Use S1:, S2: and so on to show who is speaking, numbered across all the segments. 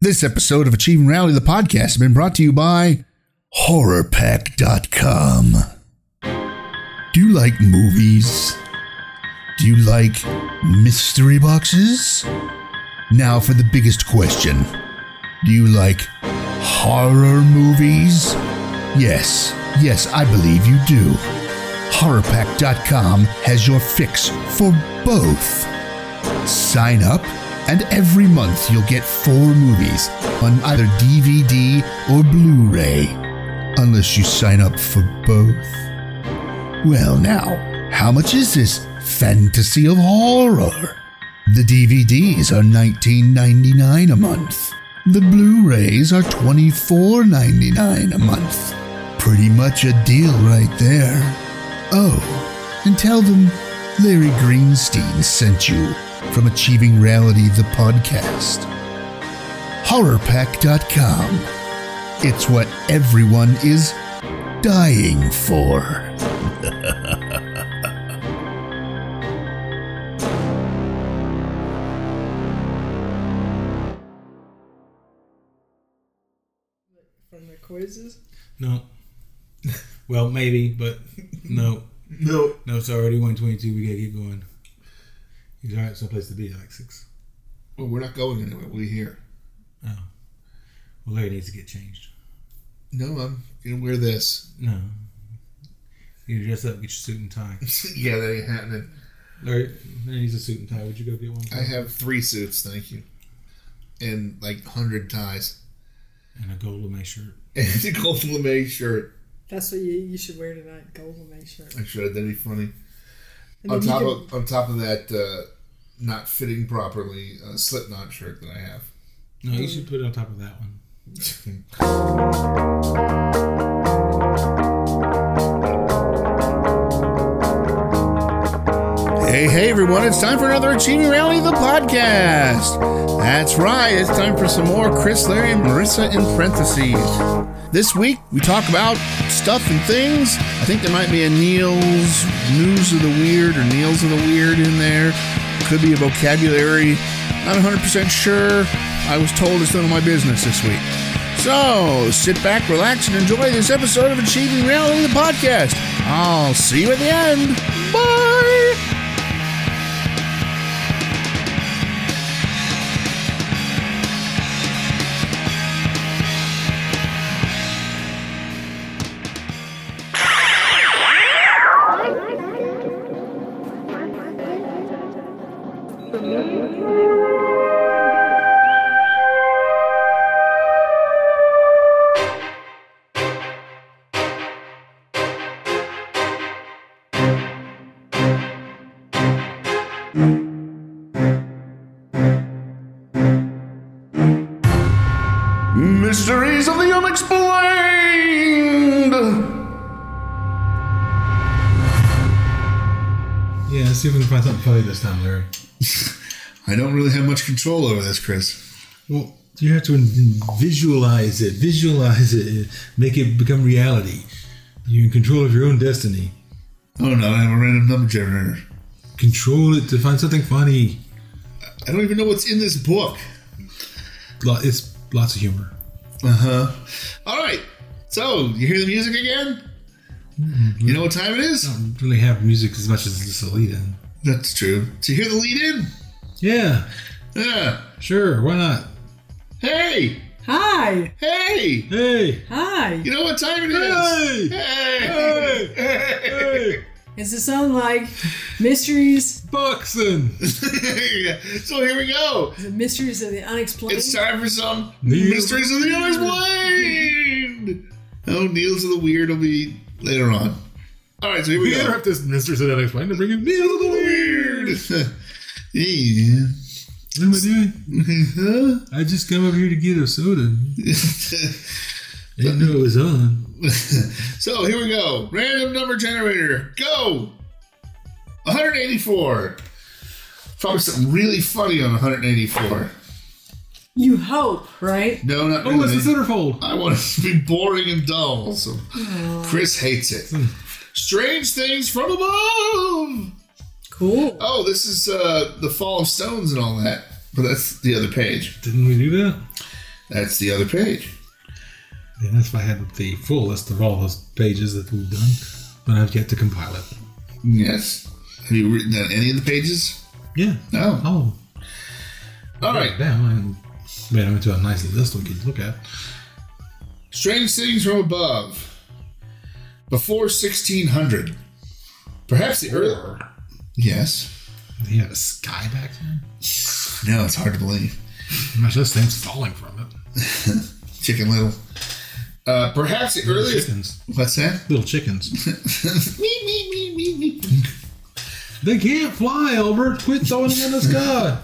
S1: This episode of Achieving Rally, the podcast, has been brought to you by HorrorPack.com. Do you like movies? Do you like mystery boxes? Now for the biggest question Do you like horror movies? Yes, yes, I believe you do. HorrorPack.com has your fix for both. Sign up, and every month you'll get four movies on either DVD or Blu ray, unless you sign up for both. Well, now, how much is this fantasy of horror? The DVDs are $19.99 a month. The Blu rays are $24.99 a month. Pretty much a deal right there. Oh, and tell them Larry Greenstein sent you from Achieving Reality, the podcast. HorrorPack.com. It's what everyone is dying for.
S2: from the quizzes.
S3: No. well, maybe, but no.
S4: No.
S3: No, it's already 122. We got to keep going. You got someplace to be, Alexis.
S4: Well, we're not going anywhere. We're here.
S3: Oh. Well, Larry needs to get changed.
S4: No, I'm going to wear this.
S3: No. You dress up, get your suit and tie.
S4: yeah, that ain't happening.
S3: Larry, Larry needs a suit and tie. Would you go get one?
S4: I have three suits, thank you. And like 100 ties.
S3: And a gold lame shirt.
S4: And a gold lame shirt.
S2: That's what you, you should wear tonight. Gold lame shirt.
S4: I should. That'd be funny.
S2: And
S4: On
S2: then you
S4: top
S2: can-
S4: of on top of that, uh, not fitting properly, uh, Slipknot shirt that I have.
S3: No, you should put it on top of that one.
S1: Hey, hey, everyone, it's time for another Achieving Reality, the podcast. That's right, it's time for some more Chris, Larry, and Marissa in parentheses. This week, we talk about stuff and things. I think there might be a Neil's News of the Weird or Neil's of the Weird in there. Could be a vocabulary. Not 100% sure. I was told it's none of my business this week. So, sit back, relax, and enjoy this episode of Achieving Reality, the podcast. I'll see you at the end. Bye! Mysteries of the Unexplained!
S3: Yeah, let's see if we can find something funny this time, Larry.
S4: I don't really have much control over this, Chris.
S3: Well, you have to visualize it, visualize it, make it become reality. You're in control of your own destiny.
S4: Oh no, I have a random number generator.
S3: Control it to find something funny.
S4: I don't even know what's in this book.
S3: Lo- It's lots of humor.
S4: Uh huh. All right. So you hear the music again? You know what time it is?
S3: don't really have music as much as this lead in.
S4: That's true. To hear the lead in?
S3: Yeah,
S4: Yeah.
S3: sure, why not?
S4: Hey!
S2: Hi!
S4: Hey!
S3: Hey!
S2: Hi!
S4: You know what time it is? Hey!
S3: Hey!
S2: Does it sound like mysteries?
S3: Boxing!
S4: so here we go.
S2: The mysteries of the unexplained?
S4: It's time for some
S3: Neil.
S4: mysteries of the unexplained. Oh, Neil's of the weird will be later on. All right, so here we
S3: We
S4: go.
S3: interrupt this Mr. Sedan explain to bring you Neil of the Weird!
S4: yeah.
S3: What am I doing?
S4: Huh?
S3: I just come up here to get a soda. I didn't know it was on.
S4: so here we go. Random number generator. Go. 184. Probably something really funny on 184.
S2: You hope, right?
S4: No, not
S3: Oh, it's the
S4: really.
S3: centerfold!
S4: I want it to be boring and dull. So Chris hates it. Strange things from above.
S2: Cool.
S4: Oh, this is uh, the fall of stones and all that. But that's the other page.
S3: Didn't we do that?
S4: That's the other page.
S3: Yeah, that's why I had the full list of all those pages that we've done, but I've yet to compile it.
S4: Yes. Have you written down any of the pages?
S3: Yeah.
S4: No.
S3: Oh,
S4: All right.
S3: damn. I made them into a nice list we could look at.
S4: Strange things from above. Before 1600. Perhaps the earlier. Yes.
S3: They had a sky back then?
S4: No, it's hard to believe.
S3: Much less things falling from it.
S4: Chicken Little. Uh, perhaps the
S3: Little
S4: earliest.
S3: chickens.
S4: What's that?
S3: Little chickens.
S4: me, me, me, me, me.
S3: they can't fly, Albert. Quit throwing them in the sky.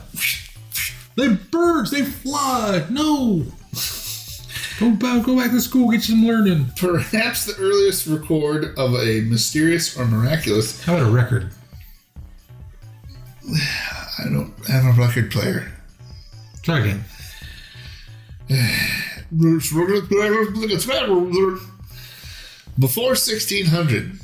S3: They're birds. They fly. No. Go back, go back to school. Get some learning.
S4: Perhaps the earliest record of a mysterious or miraculous.
S3: How about a record?
S4: I don't have a record player.
S3: Try again.
S4: Before 1600.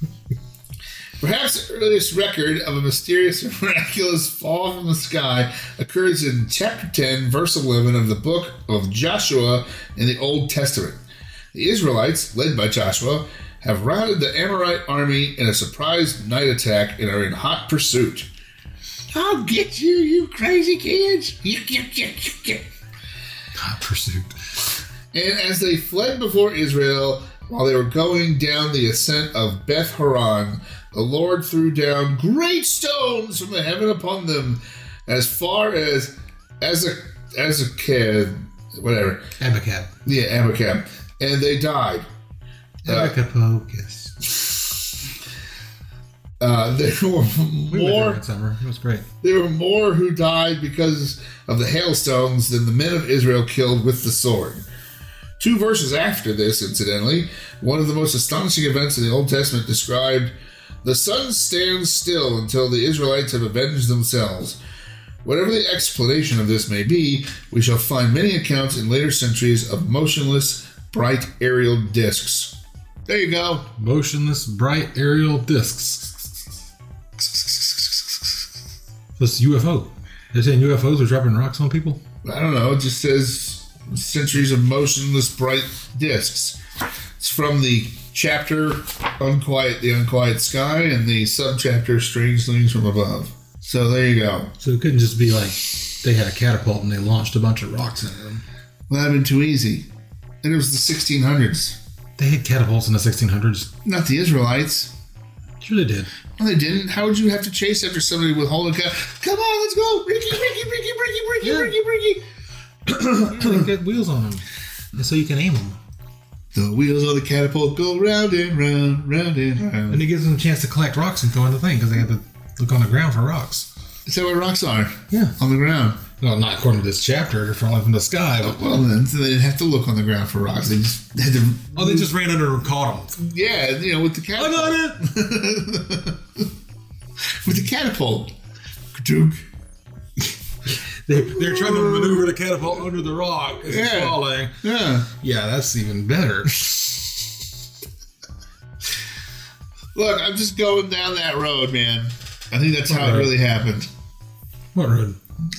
S4: Perhaps the earliest record of a mysterious and miraculous fall from the sky occurs in chapter 10, verse 11 of the book of Joshua in the Old Testament. The Israelites, led by Joshua, have routed the Amorite army in a surprise night attack and are in hot pursuit. I'll get you, you crazy kids!
S3: Hot pursuit.
S4: And as they fled before Israel, while they were going down the ascent of Beth Horon, the Lord threw down great stones from the heaven upon them, as far as as a as a kid, whatever,
S3: Abacab.
S4: yeah, Abacab, and they died.
S3: Abacapocus.
S4: Uh, there were
S3: We went there
S4: more
S3: that summer. It was great.
S4: there were more who died because of the hailstones than the men of Israel killed with the sword. Two verses after this, incidentally, one of the most astonishing events in the Old Testament described the sun stands still until the Israelites have avenged themselves. Whatever the explanation of this may be, we shall find many accounts in later centuries of motionless, bright aerial discs. There you go.
S3: Motionless bright aerial discs. This UFO. They're saying UFOs are dropping rocks on people?
S4: I don't know. It just says centuries of motionless bright discs. It's from the chapter "Unquiet the Unquiet Sky" and the subchapter "Strange Things from Above." So there you go.
S3: So it couldn't just be like they had a catapult and they launched a bunch of rocks into them.
S4: Well, that'd been too easy. And it was the 1600s.
S3: They had catapults in the 1600s.
S4: Not the Israelites.
S3: Sure they did.
S4: No, they didn't. How would you have to chase after somebody with holding a gun? Come on, let's go, Ricky, Ricky, Ricky, Ricky, Ricky,
S3: Yeah.
S4: Ricky, Ricky.
S3: they got wheels on them. And so you can aim them.
S4: The wheels of the catapult go round and round, round and round.
S3: And it gives them a chance to collect rocks and throw in the thing because they have to look on the ground for rocks.
S4: Is that where rocks are?
S3: Yeah.
S4: On the ground.
S3: Well, not according to this chapter. They're falling from the sky. but-
S4: Well, then so they didn't have to look on the ground for rocks. They just had to.
S3: oh, they just ran under and caught them.
S4: Yeah, you know, with the catapult.
S3: got it!
S4: With the catapult. Duke.
S3: They, they're trying to maneuver the catapult under the rock as it's
S4: Yeah.
S3: falling.
S4: Yeah.
S3: Yeah, that's even better.
S4: Look, I'm just going down that road, man. I think that's how
S3: Okay.
S4: it really happened.
S3: What road?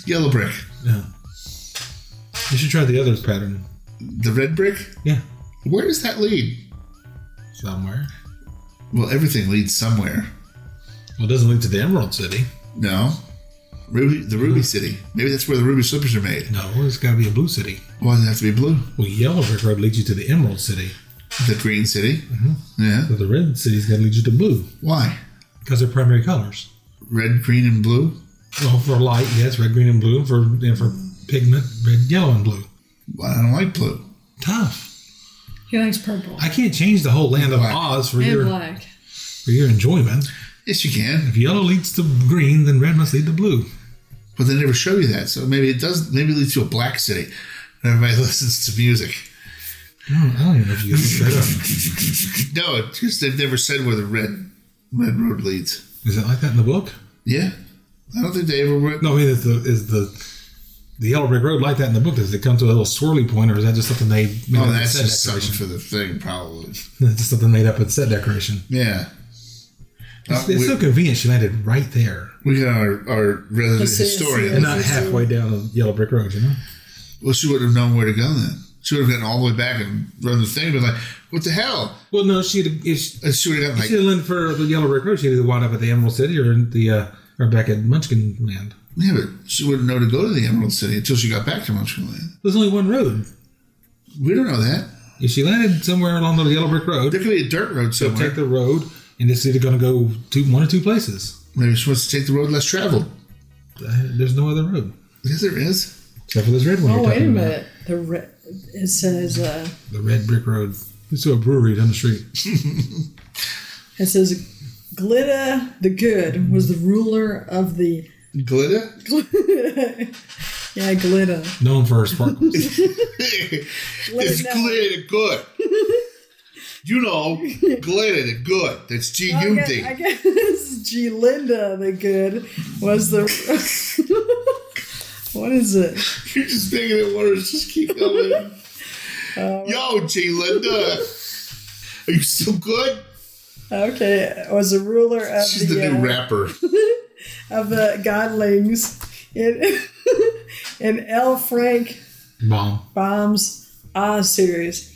S4: Yellow brick.
S3: Yeah. You should try the other pattern.
S4: The red brick?
S3: Yeah.
S4: Where does that lead?
S3: Somewhere.
S4: Well, everything leads somewhere.
S3: Well, it doesn't lead to the Emerald City.
S4: No. Ruby, the Ruby City. Maybe that's where the Ruby slippers are made.
S3: No, it's got to be a blue city.
S4: Why does it have to be blue?
S3: Well, Yellow Brick Road leads you to the Emerald City.
S4: The green city? Yeah.
S3: So the red city's going to lead you to blue
S4: Why?
S3: because they're primary colors.
S4: Red, green, and blue?
S3: Well, for light, yes, red, green, and blue. For and for pigment, red, yellow, and blue.
S4: Well, I don't like blue.
S3: Tough.
S2: He likes purple
S3: I can't change the whole land of
S4: Black.
S3: Oz for
S2: and
S3: your
S2: black.
S3: for your enjoyment.
S4: Yes, you can.
S3: If yellow leads to green, then red must lead to blue.
S4: but they never show you that. So maybe it does. Maybe it leads to a black city. And everybody listens to music.
S3: I don't, Oh, I don't even know if you get that up.
S4: No, it's just they've never said where the red red road leads.
S3: Is it like that in the book?
S4: Yeah, I don't think they ever went.
S3: No, I mean, is the is the the yellow brick road like that in the book? Does it come to a little swirly point, or is that just something they made
S4: No,
S3: up
S4: Oh, that's
S3: in
S4: just
S3: set
S4: something
S3: decoration?
S4: for the thing, probably.
S3: That's just something made up in set decoration.
S4: Yeah. Uh,
S3: It's, it's
S4: we,
S3: so convenient she landed right there,
S4: we got our, our resident
S2: Let's see, let's see.
S4: historian.
S2: And
S3: not
S2: It's so-
S3: halfway down the yellow brick road. You know,
S4: Well, she wouldn't have known where to go then. She would have gotten all the way back and run the thing, but like, what the hell?
S3: Well, no, she'd have, if she-
S4: And she would have gotten
S3: if she'd
S4: like,
S3: have leaned for the Yellow Brick Road. She'd have wound up at the Emerald City or in the uh, or back at Munchkin Land.
S4: yeah, but she wouldn't know to go to the Emerald City until she got back to Munchkinland.
S3: There's only one road.
S4: We don't know that.
S3: If she landed somewhere along the Yellow Brick Road,
S4: There could be a dirt road
S3: she'll
S4: somewhere.
S3: take the road, and it's either going to go to one or two places.
S4: Maybe she wants to take the road less traveled.
S3: Uh, There's no other road
S4: Yes, there is.
S3: except for this red one.
S2: Oh,
S3: you're
S2: wait a
S3: talking about.
S2: minute. The re- it says uh,
S3: The red brick road. It's to a brewery down the street.
S2: it says Glitta the Good was the ruler of the
S4: Glitter?
S2: yeah Glitta.
S3: Known for her sparkles.
S4: It's
S2: no.
S4: glitter good. you know, glitter good. That's G
S2: I
S4: U
S2: guess,
S4: D.
S2: Oh, I guess G. Linda the Good was the. what is it?
S4: You're just making it worse. Just keep going. Yo, G Linda. Are you still good?
S2: Okay, was the ruler of
S4: She's the,
S2: the,
S4: new
S2: uh,
S4: rapper.
S2: of the Godlings in in L. Frank
S3: Bomb.
S2: Bomb's Oz series.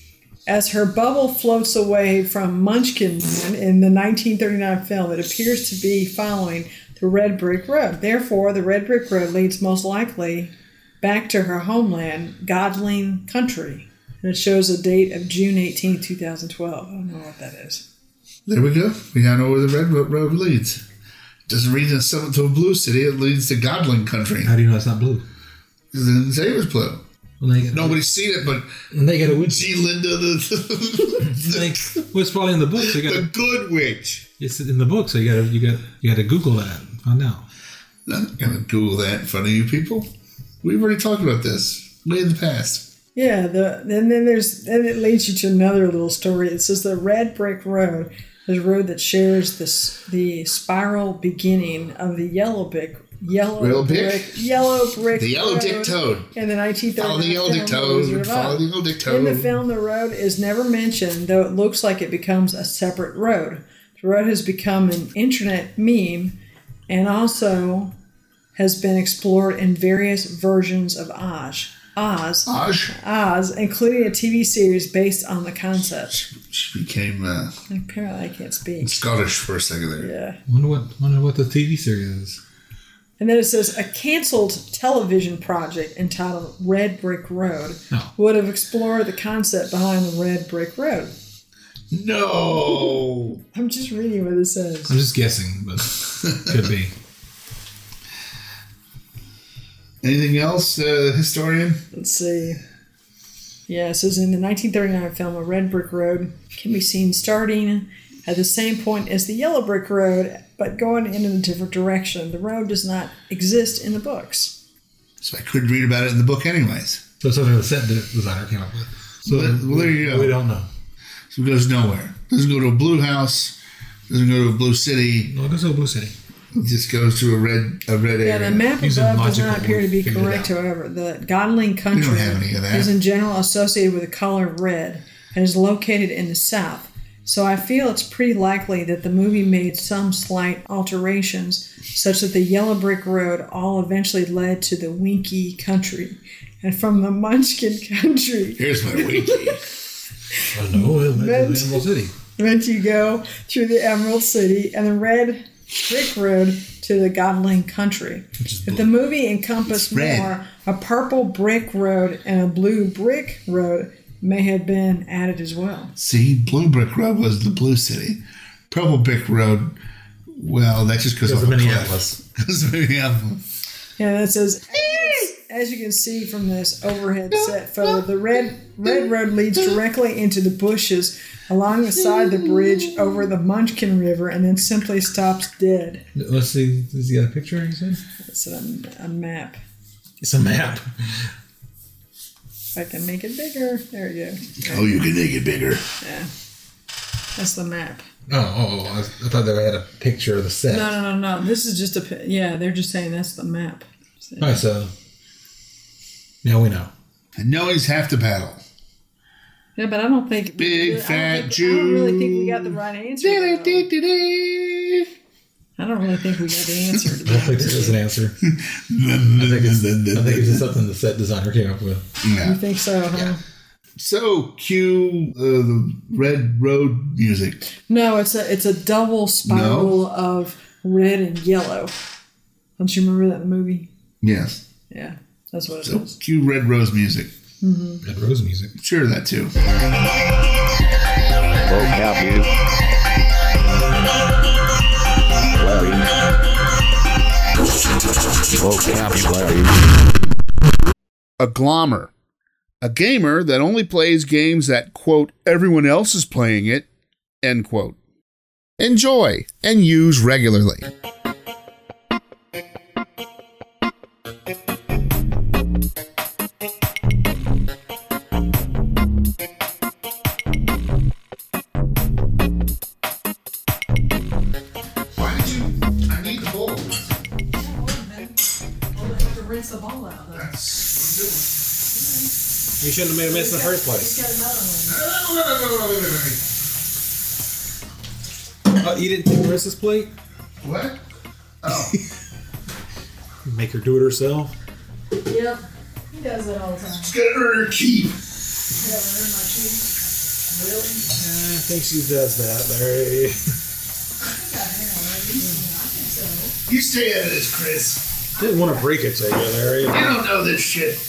S2: As her bubble floats away from Munchkin Man in the 1939 film, it appears to be following the Red Brick Road. Therefore, the Red Brick Road leads most likely back to her homeland, Godling Country. And it shows a date of June 18, 2012. I don't know what that is.
S4: There we go. We now know where the red ro- road leads. Doesn't read in something to a blue city. It leads to Goblin Country.
S3: How do you know it's not blue?
S4: Because it didn't say it was blue.
S3: When they get,
S4: Nobody's seen it, but
S3: when they get a witch.
S4: G Linda the,
S3: Like, well, it's probably in the book. So you
S4: the
S3: got
S4: good witch.
S3: it's in the book. So you got to you got you got to Google that and find out.
S4: I'm not gonna Google that in front of you people. We've already talked about this way in the past.
S2: Yeah, the and then there's then it leads you to another little story. It says the Red Brick Road is a road that shares this the spiral beginning of the yellow brick yellow
S4: Real brick?
S2: brick, yellow brick
S4: The yellow
S2: road
S4: dick toad.
S2: in the 1930s.
S4: Follow the yellow dick toad. Follow the yellow dick
S2: In the
S4: toad.
S2: film, the road is never mentioned, though it looks like it becomes a separate road. The road has become an internet meme and also has been explored in various versions of Oz. Oz.
S4: Osh.
S2: Oz, including a TV series based on the concept.
S4: She became uh,
S2: Apparently, I can't speak.
S4: Scottish for a second there.
S2: Yeah.
S3: Wonder what wonder what the TV series is.
S2: And then it says a canceled television project entitled Red Brick Road
S3: Oh.
S2: would have explored the concept behind the Red Brick Road.
S4: No.
S2: I'm just reading what it says.
S3: I'm just guessing, but could be.
S4: Anything else, uh, historian?
S2: Let's see. Yeah, it says in the 1939 film, a red brick road can be seen starting at the same point as the yellow brick road, but going in a different direction. The road does not exist in the books.
S4: So I couldn't read about it in the book, anyways.
S3: So it's something the set designer came up with. So
S4: Well, well, there you go.
S3: We don't know.
S4: So it goes nowhere. Doesn't go to a blue house. Doesn't go to a blue city.
S3: No, it goes to Blue City.
S4: It just goes to a red a red
S2: Yeah,
S4: area.
S2: the map
S3: Using
S2: above does
S3: logical,
S2: not appear to be
S3: we'll figure it
S2: correct,
S3: out.
S2: however. The Godling country
S4: have any of that.
S2: is in general associated with the color red and is located in the south. So I feel it's pretty likely that the movie made some slight alterations, such that the yellow brick road all eventually led to the Winky country. And from the Munchkin country,
S4: Here's my winky.
S3: I don't know. It led
S2: Meant-
S3: to Animal City.
S2: meant you go through the Emerald City and the Red Brick Road to the Godling Country. If the movie encompassed
S4: It's red.
S2: more, a purple brick road and a blue brick road may have been added as well.
S4: See, Blue Brick Road was the Blue City. Purple Brick Road, well, that just goes
S3: Goes
S4: off
S3: to
S4: a cliff.
S3: Minneapolis.
S4: Goes to Minneapolis.
S2: Yeah, that says as you can see from this overhead set photo, the red red road leads directly into the bushes along the side of the bridge over the Munchkin River and then simply stops dead.
S3: Let's see. Does he got a picture? He said
S2: That's a, a map.
S3: it's a map.
S2: If I can make it bigger, there you go.
S4: Oh, you can make it bigger.
S2: That's the map.
S3: Oh, oh, oh, I, was- I thought they had a picture of the set.
S2: No, no, no, no. This is just a. pi- Yeah, they're just saying that's the map. So-
S3: All right, so now we know.
S4: And now he's half the battle.
S2: Yeah, but I don't think.
S4: Big
S2: I don't
S4: fat
S2: think- I don't really
S4: Jew.
S2: think we got the right answer. though.
S4: Dee-dee-dee-dee-dee.
S2: I don't really think we got the answer to
S3: I don't
S2: that.
S3: think there is an answer. I think it's, I think it's just something the set designer came up with.
S2: You
S4: Yeah.
S2: think so, huh?
S4: So cue uh, the Red Road music.
S2: No, it's a it's a double spiral of red and yellow. Don't you remember that in the movie?
S4: Yes.
S2: Yeah, that's what it is.
S4: So cue Red Rose music.
S3: Red Rose music.
S4: Sure, that too.
S5: Won't help you. Larry. Vocabulary.
S4: a glommer, a gamer that only plays games that, quote, everyone else is playing it, end quote. Enjoy and use regularly. Why did you? I need the bowl.
S2: have to rinse the ball out.
S3: You shouldn't have made a mess in the first place. Oh, you didn't take Marissa's plate?
S4: What? Oh.
S3: Make her do it herself?
S2: Yep, he does that all the time.
S4: Skinner keep.
S3: I think she does that, Larry.
S4: You stay out of this, Chris.
S3: Didn't want to break it to you, Larry.
S4: You don't know this shit.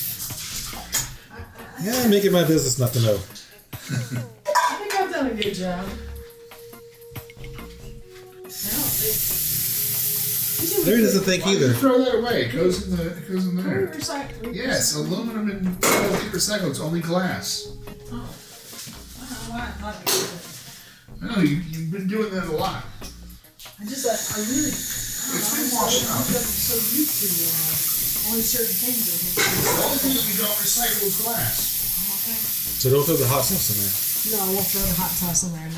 S3: Yeah, make it my business not to know.
S2: I think I've done a good job.
S3: Larry doesn't think
S4: You
S3: either.
S4: throw that away. It goes in the. It goes in there.
S2: Recycle.
S4: Yes, aluminum and recycled. It's only glass. I know you, you've been doing that a lot.
S2: I just, I, I really,
S4: It's been washing up.
S2: so used to uh, only certain things.
S4: The only thing that we don't recycle is glass.
S3: So don't throw the hot sauce in there.
S2: No, I won't throw the hot sauce in there.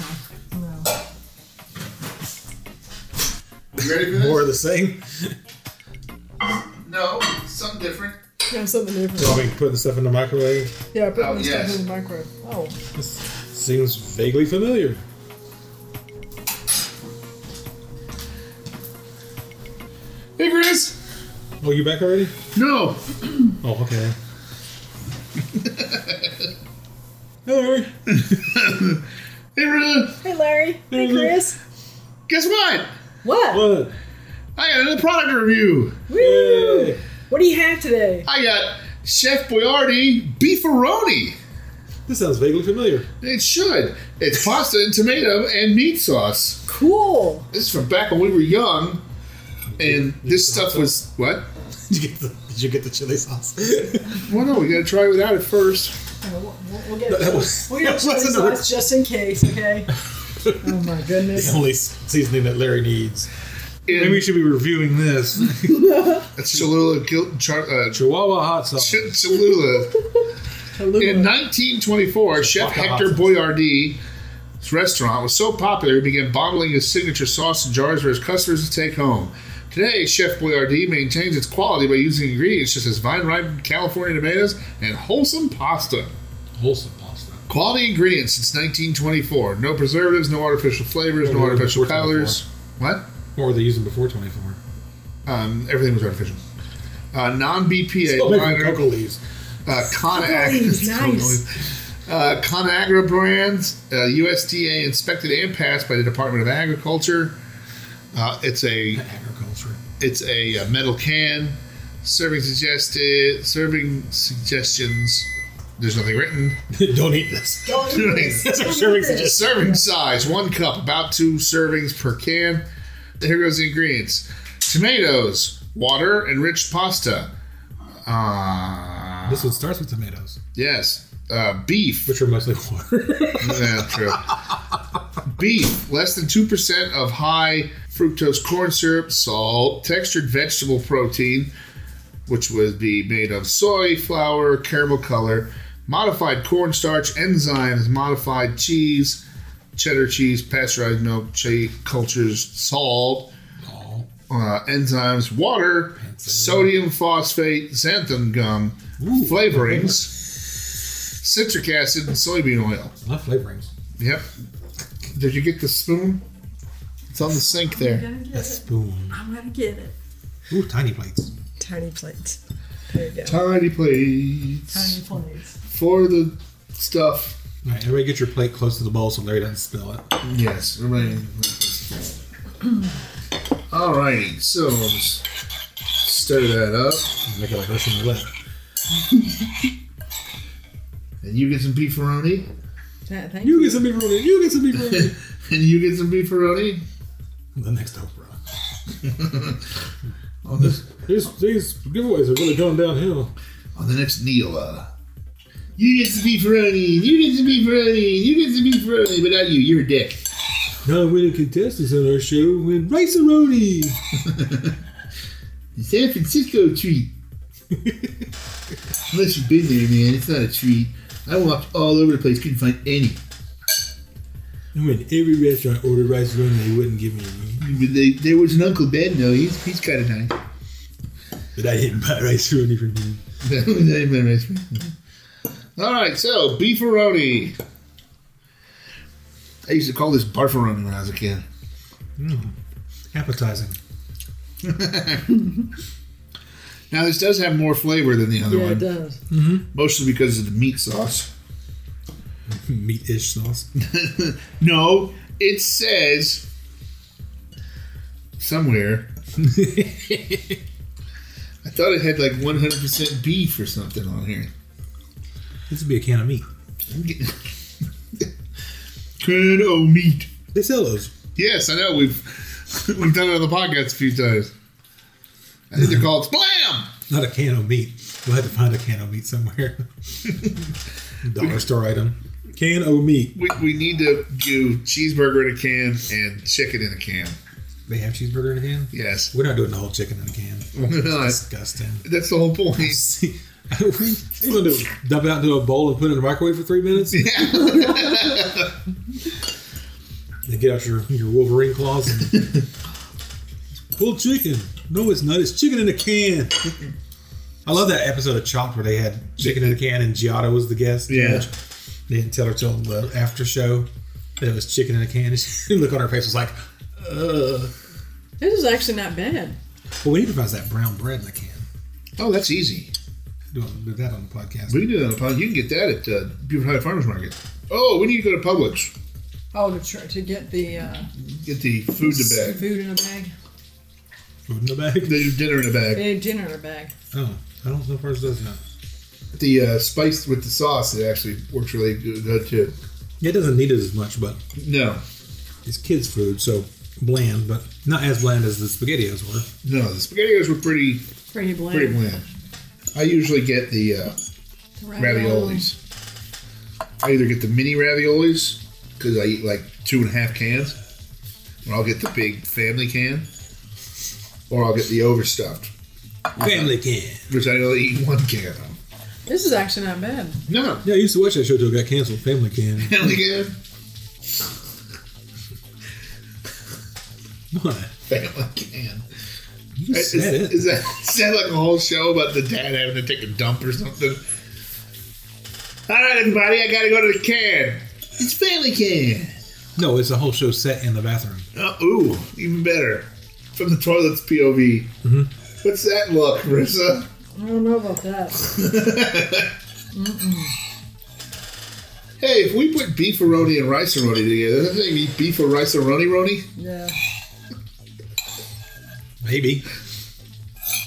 S2: No, no.
S4: You ready for this?
S3: More of the same.
S4: No, something different.
S2: Yeah, something different.
S3: So I mean, putting stuff in the microwave
S2: Yeah, put
S4: Oh,
S2: my
S4: yes.
S2: stuff in the microwave. Oh,
S3: this seems vaguely familiar.
S4: Hey, Chris.
S3: Oh, you back already?
S4: No.
S3: Oh, okay. Hey, Larry.
S4: Hey, Ru-
S2: hey Larry. Hey Chris.
S4: Guess what?
S2: What?
S3: What?
S4: I got another product review.
S2: Woo!
S3: Hey.
S2: What do you have today?
S4: I got Chef Boyardee beefaroni.
S3: This sounds vaguely familiar.
S4: It should. It's pasta and tomato and meat sauce.
S2: Cool.
S4: This is from back when we were young, and this stuff was what?
S3: Did you get the, did you get the chili sauce?
S4: Well, no, we gotta try it without it first.
S2: We'll, we'll- we'll get
S3: that
S2: it.
S3: was,
S2: We'll get
S3: that wasn't
S2: chili sauce just in case, okay? oh my
S3: the
S2: goodness.
S3: only seasoning that Larry needs.
S4: And
S3: Maybe we should be reviewing this.
S4: that's Cholula, Gil- Char- uh, Ch-
S3: Chihuahua hot sauce.
S4: Cholula. In 1924, Chef
S3: Fucking
S4: Hector
S3: awesome.
S4: Boyardee's restaurant was so popular he began bottling his signature sauce in jars for his customers to take home. Today, Chef Boyardee maintains its quality by using ingredients such as vine-ripened California tomatoes and wholesome pasta.
S3: Wholesome pasta.
S4: Quality ingredients since 1924. No preservatives, no artificial flavors, no
S3: Well,
S4: artificial
S3: we're talking
S4: colors. What?
S3: What were they using before 24?
S4: Um, everything was artificial. Uh, non BPA
S3: Oh, making
S4: liner,
S3: cocoa leaves.
S4: uh,
S2: Nice,
S4: Conagra,
S2: nice.
S4: uh, Conagra brands, uh, USDA inspected and passed by the Department of Agriculture. Uh, it's a
S3: Agriculture.
S4: it's a, uh metal can. Serving suggested serving suggestions. There's nothing written.
S3: Don't eat this.
S2: Don't do this.
S3: That's our serving suggestion.
S4: Serving size, one cup, about two servings per can. Here goes the ingredients tomatoes, water, enriched pasta. Uh,
S3: This one starts with tomatoes,
S4: yes. Uh, beef.
S3: which are mostly water.
S4: Yeah, true. beef, less than 2% of high fructose corn syrup, salt, textured vegetable protein, which would be made of soy, flour, caramel color, modified cornstarch, enzymes, modified cheese, cheddar cheese, pasteurized milk, cheese cultures, salt,
S3: oh,
S4: uh, enzymes, water, sodium phosphate, xanthan gum,
S3: Ooh.
S4: flavorings, citric acid, and soybean oil.
S3: not flavorings.
S4: Yep. Did you get the spoon?
S6: It's on the sink there.
S2: I'm gonna
S3: A
S2: get it.
S3: spoon.
S2: I'm gonna get it.
S7: Ooh, tiny plates.
S2: Tiny plates. There you go.
S6: Tiny plates
S2: Tiny plates.
S6: for the stuff.
S7: All right, everybody get your plate close to the bowl so Larry doesn't spill it.
S4: Yes, everybody. All right, so just stir that up,
S3: Make it like Russian roulette.
S4: and you get some beefaroni,
S2: Yeah, Thank
S7: You
S2: you.
S7: get some beefaroni. You get some beefaroni.
S4: and you get some beefaroni.
S3: The next Oprah.
S4: On the
S7: these, these giveaways are really going downhill.
S4: on the next Neola. You get some beefaroni. and You get some beefaroni. and You get some beefaroni, but not you. You're a dick.
S7: Non-winning contestants on our show win rice-a-roni.
S4: The San Francisco treat. Unless you've been there, man, it's not a treat. I walked all over the place, couldn't find any.
S3: And when every restaurant ordered rice roni, they wouldn't give me any.
S4: But they, there was an Uncle Ben though. He's he's kind of nice.
S3: But I didn't buy rice roni from him.
S4: That was not even a recipe. All right, so beefaroni. I used to call this barfaroni when I was a kid.
S7: Appetizing.
S4: Now this does have more flavor than the other
S2: Yeah, it
S4: one,
S2: does.
S4: mostly because of the meat sauce.
S3: Meat-ish sauce.
S4: No, it says somewhere. I thought it had like 100% beef or something on here.
S3: This would be a can of meat.
S4: Can o meat.
S3: They sell those.
S4: Yes, I know we've we've done it on the podcast a few times. I think they're called splam.
S3: Not a can of meat. We'll have to find a can of meat somewhere. Dollar store item. Can of meat.
S4: We, we need to do cheeseburger in a can and chicken in a can.
S3: They have cheeseburger in a can?
S4: Yes,
S3: We're not doing the whole chicken in a can.
S4: Why not?
S3: Disgusting.
S4: that's the whole point.
S3: See, we, we gonna do, dump it out into a bowl and put it in the microwave for three minutes. then get out your, your Wolverine claws and pull chicken. No, it's not. It's chicken in a can. I love that episode of Chopped where they had chicken in a can and Giotto was the guest.
S4: Yeah.
S3: They didn't tell her till the after show that it was chicken in a can. The look on her face was like, ugh.
S2: This is actually not bad.
S3: Well, we need to find that brown bread in a can.
S4: Oh, that's easy.
S3: Do, do that on the podcast.
S4: We can do that on the pod. You can get that at uh, Beaufort High Farmers Market. Oh, we need to go to Publix.
S2: Oh, to try, to get the uh,
S4: Get the food in a bag.
S2: food in a bag.
S3: Food in the bag.
S4: The dinner in a bag.
S2: They had dinner in a bag.
S3: Oh, I don't know if ours does not.
S4: The uh, spice with the sauce, it actually works really good too.
S3: It doesn't need it as much, but
S4: No,
S3: it's kids' food, so bland, but not as bland as the SpaghettiOs were.
S4: no, the spaghettios were pretty
S2: Pretty bland.
S4: pretty bland. I usually get the uh,
S2: Ravioli.
S4: raviolis. I either get the mini raviolis because I eat like two and a half cans, or I'll get the big family can, or I'll get the overstuffed,
S3: Family can.
S4: which I only eat one can of.
S2: This is actually not bad.
S4: No,
S3: Yeah, I used to watch that show till it got canceled. Family can.
S4: family can,
S3: Why?
S4: family can.
S3: You just
S4: Is,
S3: said it.
S4: is that, is that like a whole show about the dad having to take a dump or something? All right, everybody, I gotta go to the can. It's family can.
S3: no, it's a whole show set in the bathroom.
S4: Uh, ooh, even better. From the toilet's POV. What's that look, Marissa?
S2: I don't know about that.
S4: Hey, if we put beefaroni and rice-a-roni together, doesn't it be beef or rice-a-roni-roni?
S2: Yeah.
S3: Maybe.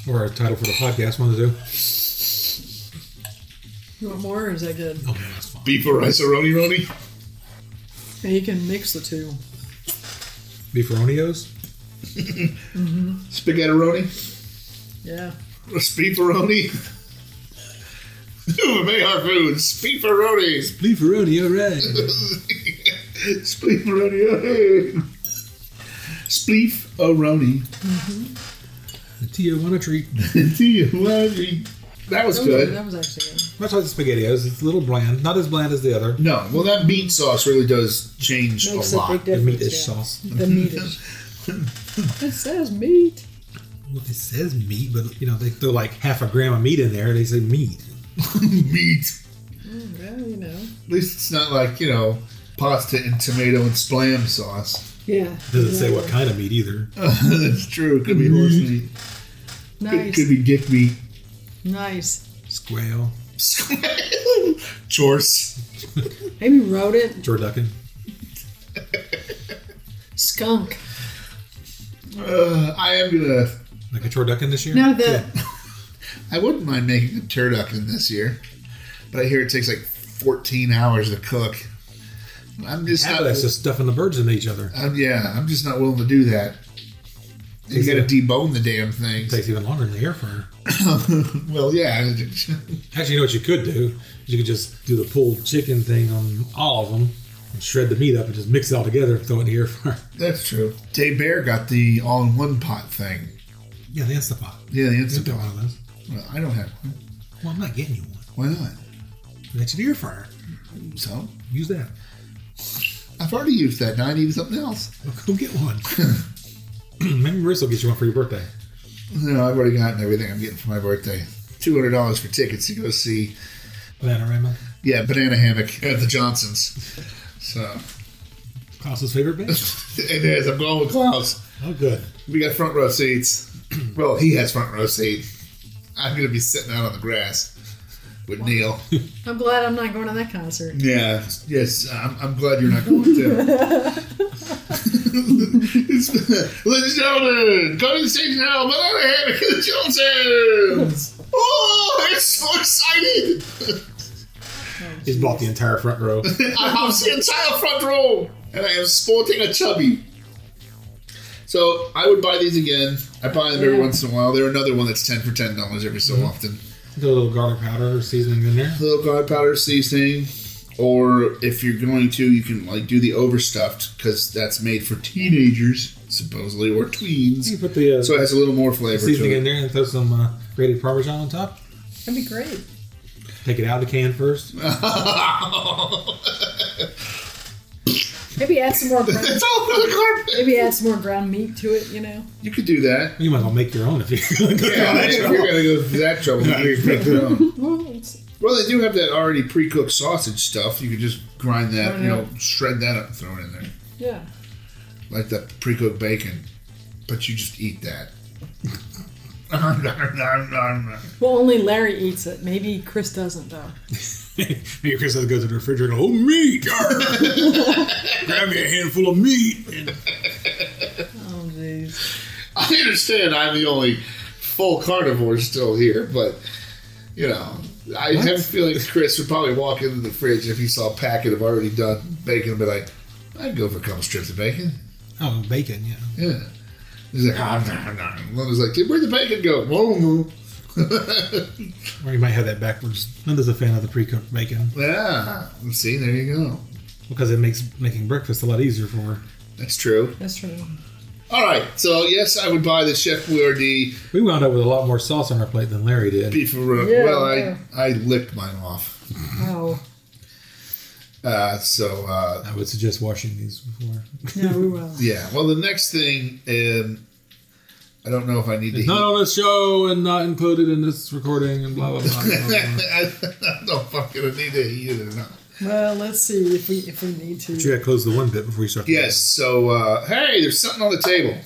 S3: Or a title for the podcast, one of the two.
S2: You want more, or is that good?
S3: Oh, man, that's fine.
S4: Beef or rice-a-roni-roni?
S2: Yeah, you can mix the two.
S3: Beefaronios?
S4: Spaghetti-roni?
S2: Yeah.
S4: Beefaroni? Ooh, make our food. Beefaroni.
S3: Beefaroni, all right.
S4: Spleefaroni. Spleef-o-roni.
S3: The Tijuana treat.
S4: That was
S2: That was,
S4: good.
S2: that was actually good.
S3: Much like the SpaghettiOs, it's a little bland. Not as bland as the other.
S4: No, well, that meat sauce really does change
S2: Makes
S4: a
S2: a,
S4: lot.
S2: big
S3: The
S2: difference.
S3: meat is
S2: yeah.
S3: sauce.
S2: The meat is. it says meat.
S3: Well, it says meat, but, you know, they throw like half a gram of meat in there. They say meat.
S4: meat.
S2: Well, you know.
S4: At least it's not like, you know, pasta and tomato and splam sauce.
S2: Yeah.
S3: Doesn't say what kind of meat either.
S6: That's true. It could be horse meat. It
S2: Nice.
S6: could be dick meat.
S2: Nice.
S3: Squale,
S4: Chores.
S2: Maybe rodent,
S3: turducken.
S2: skunk.
S6: Uh, I am gonna.
S3: Like a turducken this year?
S2: Now the
S4: I wouldn't mind making a turducken this year, but I hear it takes like 14 hours to cook. I'm just
S3: Half
S4: not.
S3: of that's just stuffing the birds into each other.
S4: I'm, yeah, I'm just not willing to do that. You
S3: Is
S4: got to
S3: it-
S4: debone the damn thing.
S3: It takes even longer in the air fryer.
S4: well, yeah.
S3: Actually, you know what you could do? You could just do the pulled chicken thing on all of them and shred the meat up and just mix it all together and throw it in the air fryer.
S4: That's true. Tay Bear got the all-in-one pot thing.
S3: Yeah, the Instapot.
S4: Yeah, the
S3: You got
S4: Instapot.
S3: one of those.
S4: Well, I don't have one.
S3: Well, I'm not getting you one.
S4: Why not?
S3: That's your air fryer.
S4: So
S3: Use that.
S4: I've already used that. Now I need something else.
S3: Well, go get one. Maybe Marissa will get you one for your birthday.
S4: No, I've already gotten everything I'm getting for my birthday. Two hundred dollars for tickets to go see.
S3: Panorama.
S4: Yeah, banana hammock at the Johnsons. So
S3: Klaus's favorite band.
S4: it is. I'm going with Klaus.
S3: Oh, good.
S4: We got front row seats. Well, he has front row seat. I'm gonna be sitting out on the grass with Neil.
S2: I'm glad I'm not going to that concert.
S4: Yeah, yes, I'm, I'm glad you're not going to. It's- Ladies and gentlemen, go to the stage now. Banana Hammock of the Johnsons. Oh, it's so excited!
S3: He's bought the entire front row.
S4: I have the entire front row, and I am sporting a chubby. So I would buy these again. I buy them every
S2: Yeah.
S4: once in a while. They're another one that's ten for ten dollars every so often.
S3: Put a little garlic powder or seasoning in there.
S4: little god powder seasoning, or if you're going to, you can like do the overstuffed because that's made for teenagers supposedly or tweens.
S3: You put the uh,
S4: So it has a little more flavor to
S3: seasoning in
S4: it.
S3: there and throw some uh, grated parmesan on top.
S2: That'd be great.
S3: Take it out of the can first.
S2: Maybe add some more ground,
S4: it's all for the carpet.
S2: maybe add some more ground meat to it, you know.
S4: You could do that.
S3: You might as well make your own if you're going to go
S4: Yeah, if you're gonna go through that trouble, you can make your own.
S2: Well, it's-
S4: Well, they do have that already pre-cooked sausage stuff. You could just grind that, you know, shred that up and throw it in there,
S2: yeah.
S4: like that pre-cooked bacon. But you just eat that.
S2: Well, only Larry eats it. Maybe Chris doesn't though.
S3: Maybe Chris has to go to the refrigerator. and go, Oh, meat! Grab me a handful of meat. And
S2: Oh jeez.
S4: I understand I'm the only full carnivore still here, but you know, I have a feeling Chris would probably walk into the fridge if he saw a packet of already done bacon and be like, I'd go for a couple strips of bacon.
S3: oh, bacon. Yeah.
S4: Yeah. He's like, ah, nah, nah. Linda's like, "Dude, where'd the bacon go? Whoa, whoa.
S3: Or you might have that backwards. Linda's a fan of the pre-cooked bacon
S4: Yeah. See, there you go.
S3: because it makes making breakfast a lot easier for her.
S4: That's true.
S2: That's true.
S4: All right. So, yes, I would buy the Chef Boyardee
S3: We wound up with a lot more sauce on our plate than Larry did.
S4: beef rub.
S2: Yeah,
S4: well, I,
S2: yeah.
S4: I licked mine off.
S2: Oh.
S4: Uh, so, uh,
S3: I would suggest washing these before.
S2: No, we will.
S4: Yeah. Well, the next thing, um, I don't know if I need to.
S3: It's not on this show and not included in this recording and blah blah blah. blah, blah.
S4: I don't fucking need to heat it or not.
S2: Well, let's see if we if we need to.
S3: you gotta close the one bit before you start. the
S4: Yes. So, uh, hey, there's something on the table.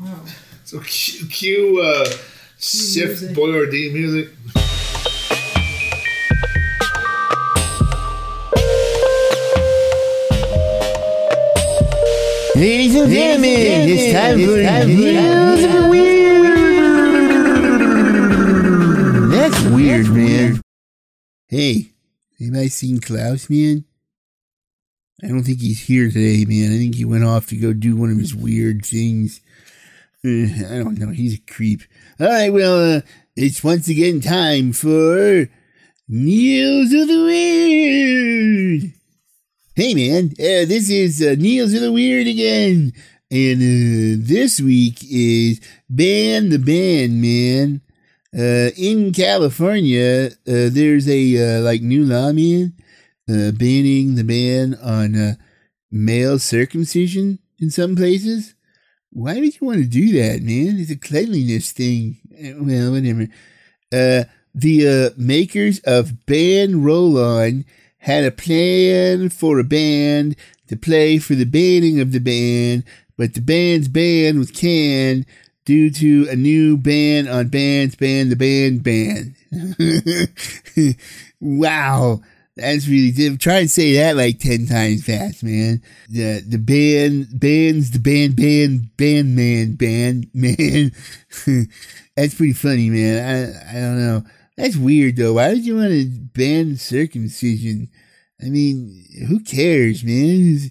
S2: Wow.
S4: So, cue, cue uh, Chef
S2: music.
S4: Boyardee music.
S8: Ladies and gentlemen, it's time for News of the Weird. That's weird, man. Hey, anybody seen Klaus, man? I don't think he's here today, man. I think he went off to go do one of his weird things. Uh, I don't know. He's a creep. All right, well, uh, it's once again time for News of the Weird. Hey man, uh, this is uh, Neil's of the Weird again, and uh, this week is Ban the Ban, man. Uh, in California, uh, there's a uh, like new law, man, uh, banning the ban on uh, male circumcision in some places. Why would you want to do that, man? It's a cleanliness thing. Eh, Well, whatever. Uh, the uh, makers of Ban Roll On had a plan for a band to play for the banning of the band, but the band's band was canned due to a new ban on bands ban the band ban. wow. That's really diff- try and say that like ten times fast, man. The the band bands the band band band man band man. That's pretty funny, man. I I don't know. That's weird though. Why would you want to ban circumcision? I mean, who cares, man? It's,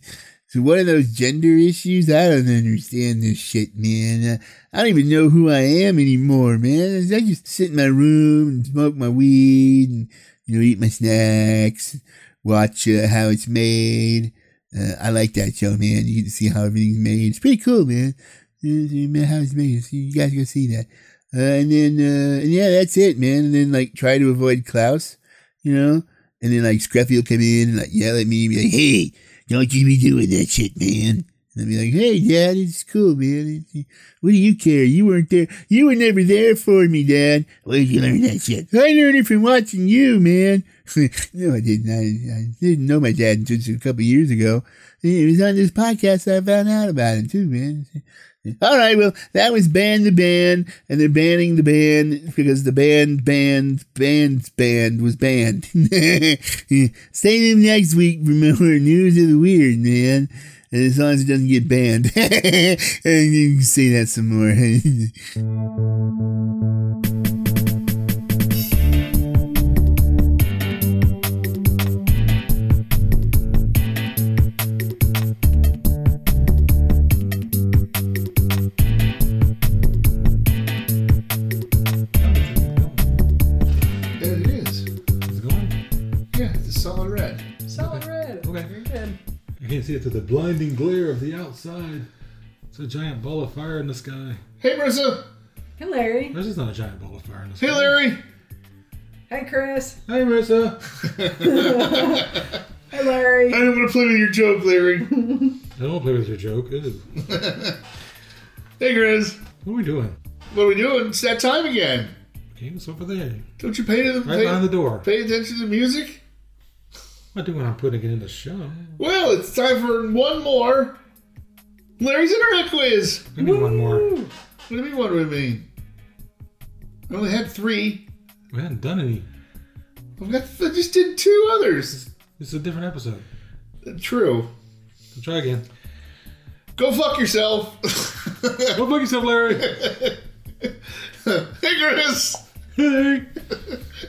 S8: it's one of those gender issues. I don't understand this shit, man. Uh, I don't even know who I am anymore, man. I just sit in my room and smoke my weed and you know eat my snacks, watch uh, how it's made. Uh, I like that show, man. You get to see how everything's made. It's pretty cool, man. Uh, How it's made. So You guys go see that. Uh, and then, uh, and yeah, that's it, man. And then, like, try to avoid Klaus, you know? And then, like, Scruffy will come in and, like, yell at me and be like, hey, don't you be doing that shit, man. And I'll be like, hey, Dad, it's cool, man. It's- What do you care? You weren't there. You were never there for me, Dad. Where did you learn that shit? I learned it from watching you, man. no, I didn't. I, I didn't know my dad until just a couple of years ago. It was on this podcast that I found out about him, too, man. All right, well, that was ban the band, and they're banning the band because the band, band, band's band was banned. Stay tuned next week for more news of the weird, man. And as long as it doesn't get banned, and you can say that some more.
S4: There it is.
S3: Is it going?
S4: Yeah, it's solid red.
S2: Solid red.
S3: Okay.
S2: You're good.
S3: I can't see it through the blinding glare of the outside. It's a giant ball of fire in the sky.
S4: Hey, Marissa.
S2: Hey, Larry.
S3: This is not a giant ball of fire in the sky.
S4: Hey, Larry.
S2: Hey, Chris.
S3: Hey, Marissa.
S2: Hey, Larry.
S4: I don't want to play with your joke, Larry.
S3: I don't play with your joke. Ew.
S4: hey, Grizz.
S3: What are we doing?
S4: What are we doing? It's that time again.
S3: Okay, it's over there.
S4: Don't you pay, to the,
S3: Right
S4: pay,
S3: behind the door.
S4: pay attention to the music?
S3: What do when I'm putting it in the show?
S4: Well, it's time for one more Larry's Internet Quiz.
S3: Give me one more.
S2: Woo.
S4: What do you mean, what do we mean? I only had three.
S3: We hadn't done any.
S4: I've got, I just did two others.
S3: This is a different episode.
S4: True.
S3: So try again.
S4: Go fuck yourself.
S3: Go fuck yourself, Larry.
S4: hey, Chris.
S3: Hey.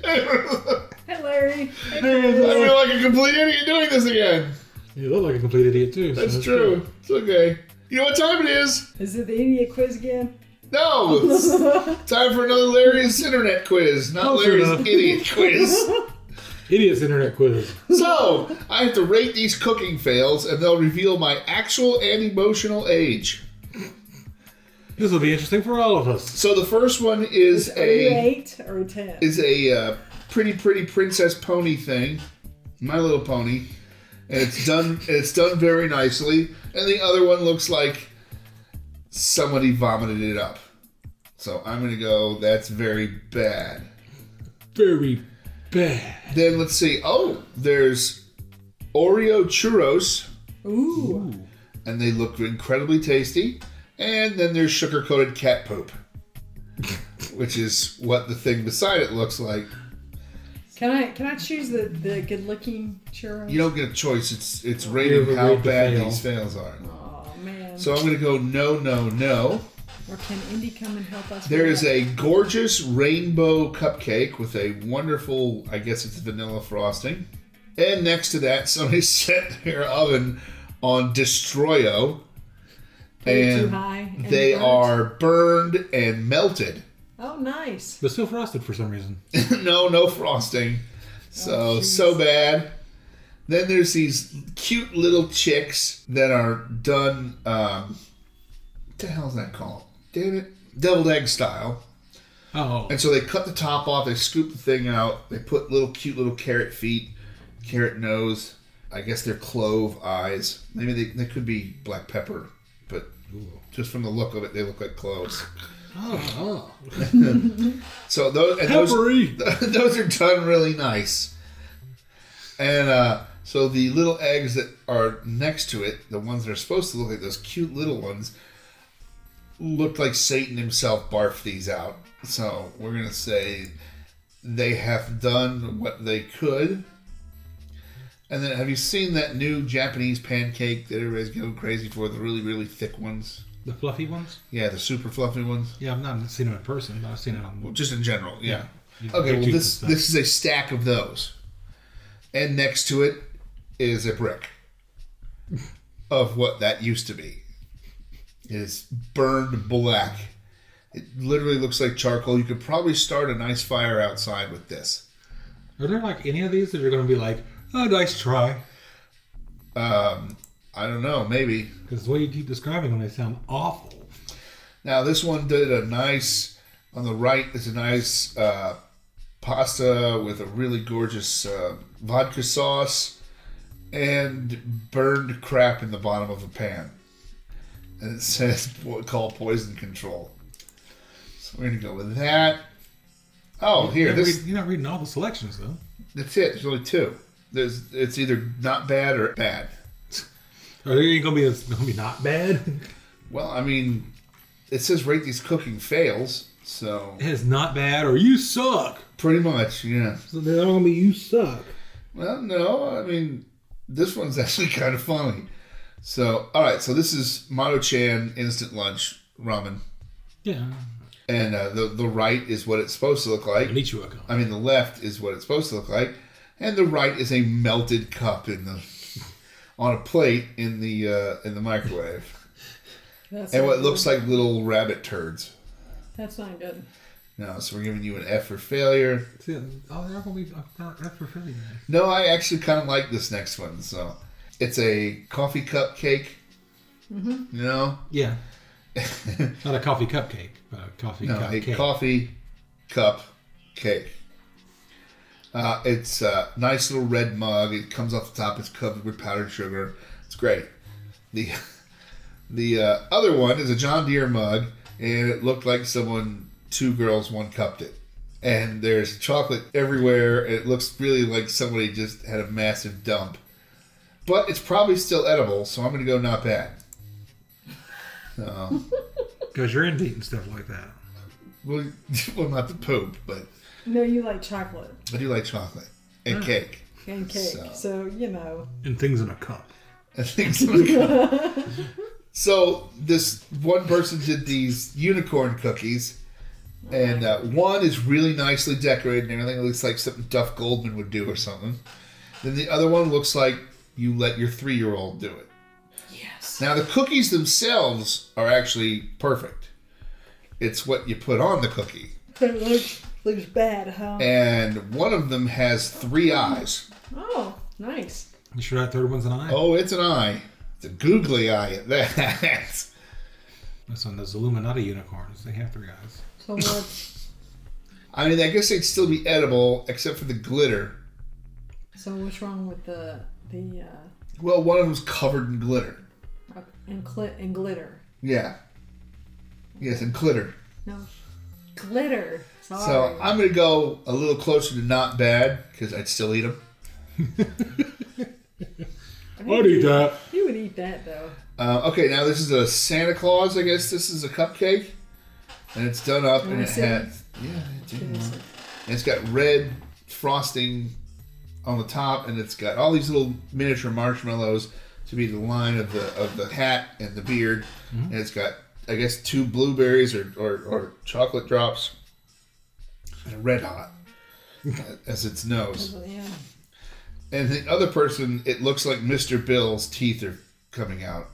S2: Hey, Larry.
S4: I feel like a complete idiot doing this again.
S3: You look like a complete idiot too. so
S4: That's true. It's okay. You know what time it is?
S2: Is it the idiot quiz again?
S4: No. It's time for another Larry's Internet Quiz, not
S3: Close
S4: Larry's
S3: enough.
S4: Idiot Quiz.
S3: Idiots internet quiz.
S4: So, I have to rate these cooking fails, and they'll reveal my actual and emotional age.
S3: This will be interesting for all of us.
S4: So, the first one is
S2: Are you
S4: a
S2: eight or a ten?
S4: is a uh, pretty pretty princess pony thing, My Little Pony, and it's done and it's done very nicely. And the other one looks like somebody vomited it up. So I'm gonna go. That's very bad.
S3: Very bad.
S4: Then let's see. Oh, there's Oreo churros,
S2: Ooh.
S4: and they look incredibly tasty. And then there's sugar coated cat poop, which is what the thing beside it looks like.
S2: Can I can I choose the, the good looking churro?
S4: You don't get a choice. It's it's
S3: have
S4: rated
S3: a
S4: how
S3: rate to
S4: bad
S3: fail.
S4: these fails are.
S2: Oh man.
S4: So I'm going to go no, no, no.
S2: or can Indy come and help us?
S4: There
S2: with
S4: is
S2: that?
S4: a gorgeous rainbow cupcake with a wonderful, I guess it's vanilla frosting. And next to that, somebody set their oven on Destroyo.
S2: Put it too
S4: And
S2: high and
S4: they
S2: burnt.
S4: are burned and melted.
S2: Oh nice.
S3: But still frosted for some reason.
S4: no, no frosting. So,
S2: Oh,
S4: so bad. Then there's these cute little chicks that are done. Um, what the hell's that called? Damn it. Deviled egg style.
S3: Oh.
S4: And so they cut the top off, they scoop the thing out, they put little cute little carrot feet, carrot nose, I guess they're clove eyes. Maybe they, they could be black pepper, but just from the look of it, they look like cloves.
S3: Oh.
S4: So those, and those,
S3: Peppery.
S4: those are done really nice. And uh, so the little eggs that are next to it, the ones that are supposed to look like those cute little ones, looked like Satan himself barfed these out. So we're going to say they have done what they could. And then have you seen that new Japanese pancake that everybody's going crazy for? The really, really thick ones?
S3: The fluffy ones?
S4: Yeah, the super fluffy ones.
S3: Yeah, I've not seen them in person, but I've seen it on.
S4: Just in general, yeah.
S3: Yeah.
S4: Okay, well
S3: YouTube
S4: this
S3: stuff.
S4: this is a stack of those, and next to it is a brick of what that used to be. It is burned black. It literally looks like charcoal. You could probably start a nice fire outside with this.
S3: Are there like any of these that are going to be like, oh, nice try?
S4: Um, I don't know, maybe.
S3: Because the way you keep describing them, they sound awful.
S4: Now this one did a nice on the right is a nice uh, pasta with a really gorgeous uh, vodka sauce and burned crap in the bottom of a pan, and it says what called poison control. So we're gonna go with that. Oh, here
S3: You're not
S4: this
S3: read- you're not reading all the selections, though.
S4: that's it. There's only two. There's it's either not bad or bad.
S3: Are they going to be, it's gonna be not bad?
S4: Well, I mean, it says rate these cooking fails. So
S3: it's not bad, or you suck.
S4: pretty much, yeah.
S3: So they're all going to be, you suck.
S4: Well, no, I mean, this one's actually kind of funny. So, all right, so this is Mato Chan instant lunch ramen,
S3: Yeah.
S4: and uh, the the right is what it's supposed to look like.
S3: And Ichiwa come.
S4: I mean, the left is what it's supposed to look like, and the right is a melted cup in the on a plate in the uh, in the microwave,
S2: That's
S4: and
S2: not
S4: what
S2: good.
S4: looks like little rabbit turds.
S2: That's not good.
S4: No, so we're giving you an F for failure.
S3: See, oh, they're going to be, uh, that's for Philly.
S4: No, I actually kind of like this next one. So, it's a coffee cup cake. You know,
S3: Yeah. Not a coffee cupcake, but a coffee
S4: No, a
S3: cupcake.
S4: coffee cup cake. Uh, it's a nice little red mug. It comes off the top. It's covered with powdered sugar. It's great. The the uh, other one is a John Deere mug, and it looked like someone two girls one cupped it. And there's chocolate everywhere. It looks really like somebody just had a massive dump. But it's probably still edible, so I'm gonna go not bad.
S3: Because you're into eating stuff like that.
S4: Well, well, not the poop, but
S2: No, you like chocolate
S4: I do like chocolate and cake.
S2: and cake,
S4: So-
S2: so, you know.
S3: And things in a cup.
S4: and things would come. so this one person did these unicorn cookies, and uh, one is really nicely decorated and everything. It looks like something Duff Goldman would do or something. Then the other one looks like you let your three-year-old do it.
S2: Yes.
S4: Now the cookies themselves are actually perfect. It's what you put on the cookie,
S2: It looks looks bad, huh?
S4: and one of them has three eyes.
S2: Oh, nice.
S3: You sure that third one's an eye?
S4: Oh, it's an eye. It's a googly eye at that.
S3: That's on those Illuminati unicorns. They have three eyes.
S2: So much
S4: I mean, I guess they'd still be edible, except for the glitter.
S2: so what's wrong with the the uh
S4: Well, one of them's covered in glitter.
S2: and clit and glitter.
S4: Yeah. Yes, and glitter.
S2: No. Glitter. Sorry.
S4: So I'm going to go a little closer to not bad, because I'd still eat them.
S3: I'd eat that.
S2: you would eat that though.
S4: Uh, okay, now this is a Santa Claus. I guess this is a cupcake. And it's done up, and it
S2: Nice, yeah.
S4: has. Yeah, it did. And it's got red frosting on the top, and it's got all these little miniature marshmallows to be the line of the of the hat and the beard, and it's got I guess two blueberries or or, or chocolate drops, and a red hot as its nose.
S2: So, yeah.
S4: And the other person, it looks like Mr. Bill's teeth are coming out,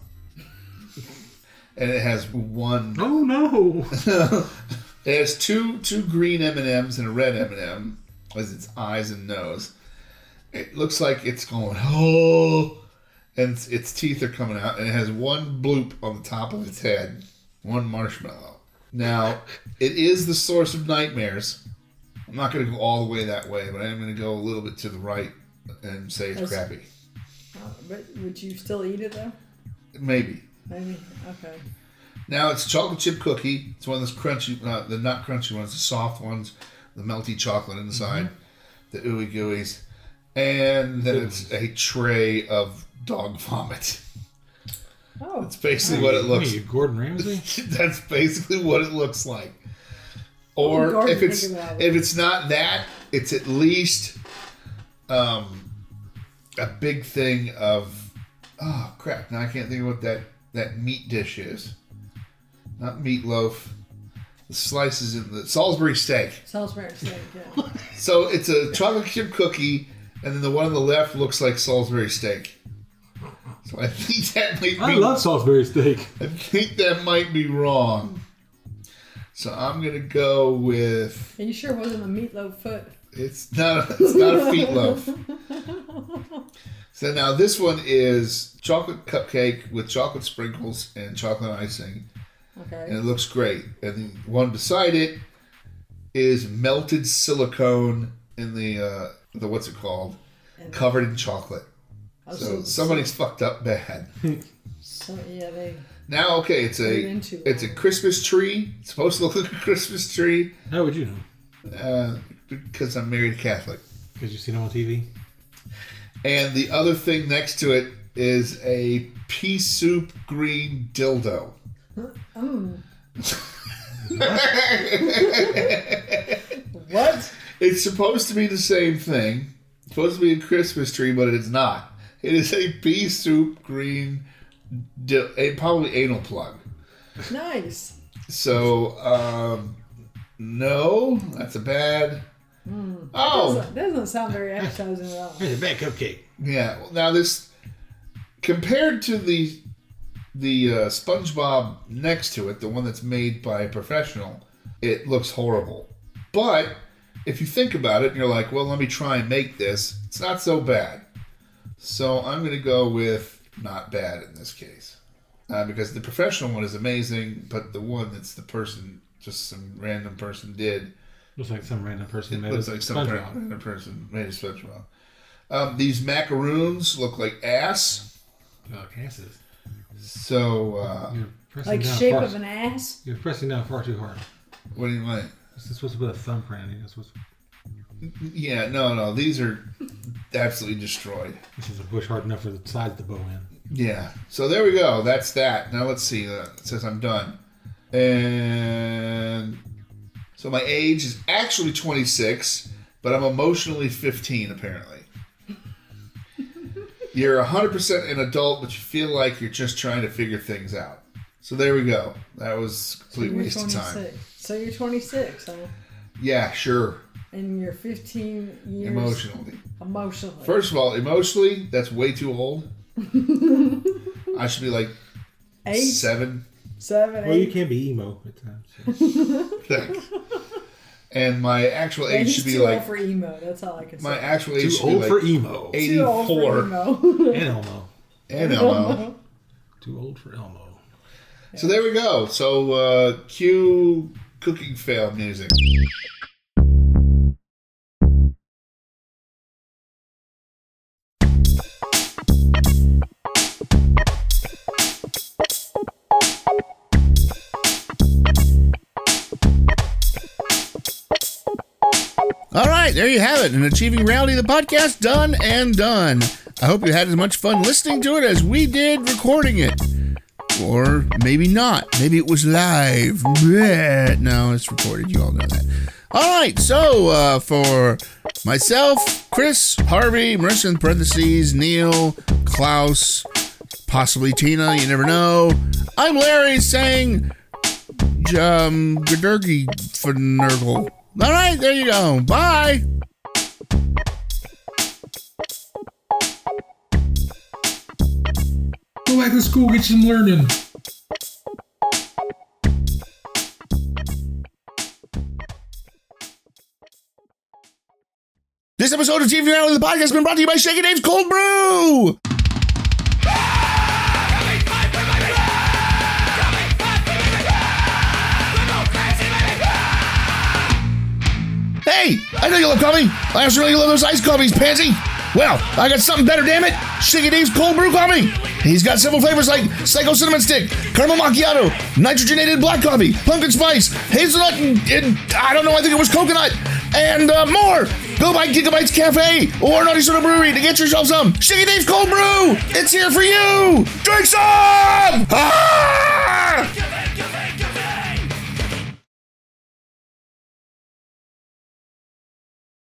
S4: and it has one
S3: Oh no!
S4: It has two two green M and M's and a red M and M as its eyes and nose. It looks like it's going oh, and its, its teeth are coming out, and it has one bloop on the top of its head, one marshmallow. Now, it is the source of nightmares. I'm not going to go all the way that way, but I am going to go a little bit to the right and say it's
S2: Yes.
S4: crappy.
S2: Uh, but would you still eat it though?
S4: Maybe.
S2: Maybe. Okay.
S4: Now it's chocolate chip cookie. It's one of those crunchy, uh, the not crunchy ones, the soft ones, the melty chocolate inside, the ooey gooeys, and then it's a tray of dog vomit.
S2: Oh,
S4: That's basically what it looks.
S3: What are you, Gordon Ramsay?
S4: That's basically what it looks like. Or
S2: Gordon,
S4: if it's
S2: think about it.
S4: if it's not that, it's at least um, a big thing of oh crap! Now I can't think of what that that meat dish is. Not meatloaf. The slices in the Salisbury steak.
S2: Salisbury steak. Yeah.
S4: So it's a chocolate chip cookie, and then the one on the left looks like Salisbury steak. So I think that might
S3: I
S4: be
S3: love Salisbury steak.
S4: I think that might be wrong. So I'm gonna go with
S2: and you sure wasn't a meatloaf foot.
S4: it's not it's not a feet loaf. So now this one is chocolate cupcake with chocolate sprinkles and chocolate icing, and
S2: Okay.
S4: it looks great. And the one beside it is melted silicone in the uh, the what's it called, covered in chocolate.
S2: Oh,
S4: So somebody's fucked up bad.
S2: So, yeah, they.
S4: Now okay, it's
S2: They're
S4: a
S2: into
S4: it's a Christmas tree. It's supposed to look like a Christmas tree.
S3: How would you know?
S4: Uh, because I'm married a Catholic.
S3: Because you've seen it on TV.
S4: And the other thing next to it is a pea soup green dildo.
S2: oh. What?
S4: It's supposed to be the same thing. It's supposed to be a Christmas tree, but it's not. It is a pea soup green, dil- a probably anal plug.
S2: Nice.
S4: So, um, no, that's a bad. Oh,
S2: Doesn't, doesn't sound very appetizing at all.
S3: Here's a bad cupcake.
S4: Yeah. Well, now this compared to the the uh, SpongeBob next to it, the one that's made by a professional, it looks horrible. But if you think about it, and you're like, well, let me try and make this. It's not so bad. So I'm going to go with not bad in this case, uh, because the professional one is amazing, but the one that's the person, just some random person did,
S3: Looks like some random person
S4: it
S3: made
S4: looks
S3: a
S4: like some
S3: SpongeBob.
S4: random person made a SpongeBob. Um, these macaroons look like ass.
S3: Oh, Cassis.
S4: So, uh,
S3: You're pressing
S2: Like
S3: down
S2: shape
S3: far,
S2: of an ass.
S3: You're pressing down far too hard.
S4: what do you mean?
S3: This is supposed to put a thumbprint. You're supposed to,
S4: Yeah, no, no, these are absolutely destroyed.
S3: this is a push hard enough for the sides to bow in.
S4: Yeah. So there we go. That's that. Now let's see. Uh, it says I'm done. And so my age is actually 26, but I'm emotionally 15 apparently. You're 100% an adult, but you feel like you're just trying to figure things out. So there we go. That was a complete
S2: You're
S4: waste of
S2: 26.
S4: time.
S2: So you're 26, huh?
S4: Yeah, sure.
S2: And you're 15 years
S4: Emotionally.
S2: emotionally.
S4: First of all, emotionally, that's way too old. I should be like
S2: Eight,
S4: seven.
S2: seven,
S3: Well, you
S2: eight.
S3: can be emo at times.
S4: Thanks. And my actual
S2: Yeah,
S4: age
S2: he's
S4: should be
S2: too old
S4: like
S2: for emo. That's all I can
S4: my
S2: say.
S4: actual
S3: Too
S4: age should be
S3: old for
S4: like
S3: emo.
S4: eighty
S2: Too old for
S4: four.
S2: emo.
S3: And Elmo.
S4: And Elmo.
S3: Too old for Elmo.
S4: So there we go. So uh, cue cooking fail music.
S8: All right, there you have it. An Achieving Reality, the podcast done and done. I hope you had as much fun listening to it as we did recording it. Or maybe not. Maybe it was live. Bleh. No, it's recorded. You all know that. All right, so uh, for myself, Chris, Harvey, Marissa in parentheses, Neil, Klaus, possibly Tina, you never know. I'm Larry saying um, Gadurgi for Nurgle. All right, there you go. Bye.
S7: Go back to school, get some learning.
S8: This episode of TV Now the podcast has been brought to you by Shaky Dave's Cold Brew. Hey, I know you love coffee. I also really love those iced coffees, Pansy. Well, I got something better, damn it. Shaky Dave's Cold Brew Coffee. He's got several flavors like Psycho Cinnamon Stick, Caramel Macchiato, Nitrogenated Black Coffee, Pumpkin Spice, Hazelnut, and, and I don't know, I think it was coconut, and uh, more.
S1: Go by Gigabytes Cafe or Naughty Soda Brewery to get yourself some Shaky Dave's Cold Brew. It's here for you. Drink some! Ah!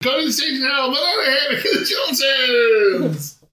S4: Go to the station now, but I had the Johnsons.